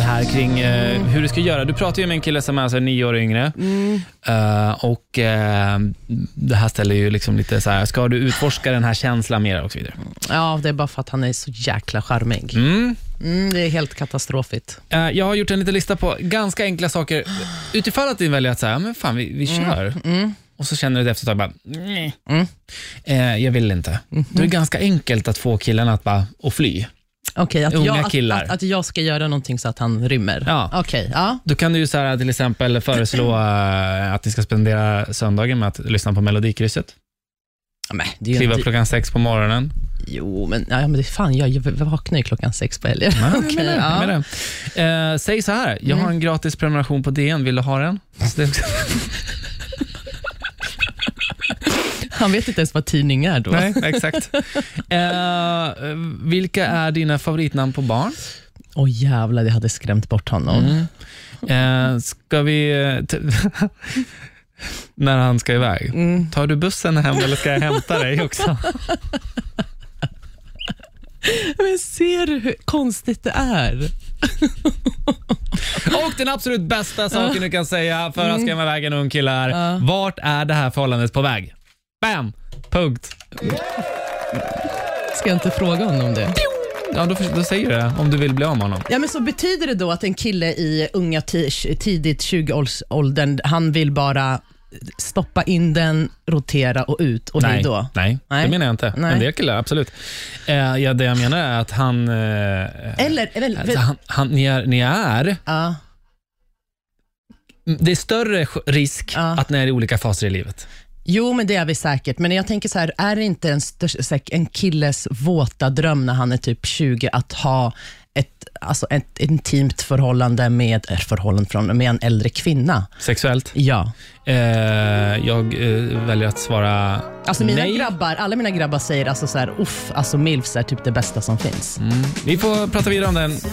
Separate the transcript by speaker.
Speaker 1: här kring eh, hur du ska göra. Du pratade ju med en kille som är alltså nio år yngre. Eh, och eh, Det här ställer ju liksom lite så här, ska du utforska den här känslan mer och så vidare.
Speaker 2: Ja, det är bara för att han är så jäkla charmig.
Speaker 1: Mm.
Speaker 2: Mm, det är helt katastrofigt.
Speaker 1: Eh, jag har gjort en liten lista på ganska enkla saker. Utifall att din väljer att säga, ja, men fan vi, vi kör. Och så känner du efter ett tag bara, nej. Eh, jag vill inte. Då är det ganska enkelt att få killarna att bara, och fly.
Speaker 2: Okej, att,
Speaker 1: Unga
Speaker 2: jag, att,
Speaker 1: killar.
Speaker 2: att, att jag ska göra någonting så att han rymmer.
Speaker 1: Ja.
Speaker 2: Okej, ja.
Speaker 1: Då kan du ju så här, till exempel föreslå eh, att ni ska spendera söndagen med att lyssna på Melodikrysset.
Speaker 2: Ja, Men, det är ju
Speaker 1: Kliva
Speaker 2: inte,
Speaker 1: klockan sex på morgonen.
Speaker 2: jo, men, ja, men det, fan, jag, jag vaknar ju klockan sex på helgen.
Speaker 1: Nej,
Speaker 2: Ah, Okej, Mm.
Speaker 1: jag menar det, jag
Speaker 2: ja.
Speaker 1: menar det. Eh, säg så här, jag har en gratis prenumeration på DN, vill du ha den? Så det är också-
Speaker 2: Han vet inte ens vad tidning är då.
Speaker 1: Nej, exakt. Eh, vilka är dina favoritnamn på barn?
Speaker 2: Åh jävlar, det hade skrämt bort honom.
Speaker 1: Mm. Eh, ska vi... eh, t- när han ska iväg.
Speaker 2: Mm.
Speaker 1: Tar du bussen hem eller ska jag hämta dig också?
Speaker 2: Men ser du hur konstigt det är?
Speaker 1: Och den absolut bästa saken du kan säga för
Speaker 2: Mm.
Speaker 1: att skrämma iväg en ung kille är, vart är det här förhållandet på väg? Bam! Punkt.
Speaker 2: Ska jag inte fråga honom det?
Speaker 1: Ja, då, då säger du det, om du vill bli av med honom.
Speaker 2: Ja, men så betyder det då att en kille i unga ti- tidigt 20-årsåldern, han vill bara stoppa in den, rotera och ut och hej
Speaker 1: Nej,
Speaker 2: då?
Speaker 1: nej,
Speaker 2: Nej.
Speaker 1: det menar jag inte.
Speaker 2: Nej.
Speaker 1: En del killar, absolut. Eh, ja, det jag menar är att han... Eh,
Speaker 2: Eller, eller
Speaker 1: alltså, han, han ni, är, ni är...
Speaker 2: ja,
Speaker 1: Det är större sk- risk
Speaker 2: Ja.
Speaker 1: att ni är i olika faser i livet.
Speaker 2: jo, men det är vi säkert. Men jag tänker så här, är det inte en, störst, så här, en killes våta dröm när han är typ 20 att ha ett, alltså ett intimt förhållande med, eh, förhållande från, med en äldre kvinna?
Speaker 1: Sexuellt.
Speaker 2: Ja.
Speaker 1: Eh, jag eh, väljer att svara
Speaker 2: Alltså mina
Speaker 1: nej.
Speaker 2: grabbar, alla mina grabbar säger alltså så här, uff, alltså milfs är typ det bästa som finns.
Speaker 1: Vi får prata vidare om den